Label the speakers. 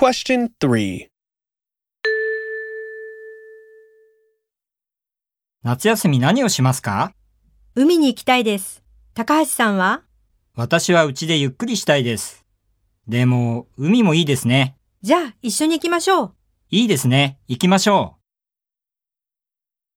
Speaker 1: Question 3.
Speaker 2: 夏休み何をしますか
Speaker 3: 海に行きたいです。高橋さんは
Speaker 2: 私は家でゆっくりしたいです。でも、海もいいですね。
Speaker 3: じゃあ一緒に行きましょう。
Speaker 2: いいですね。行きましょう。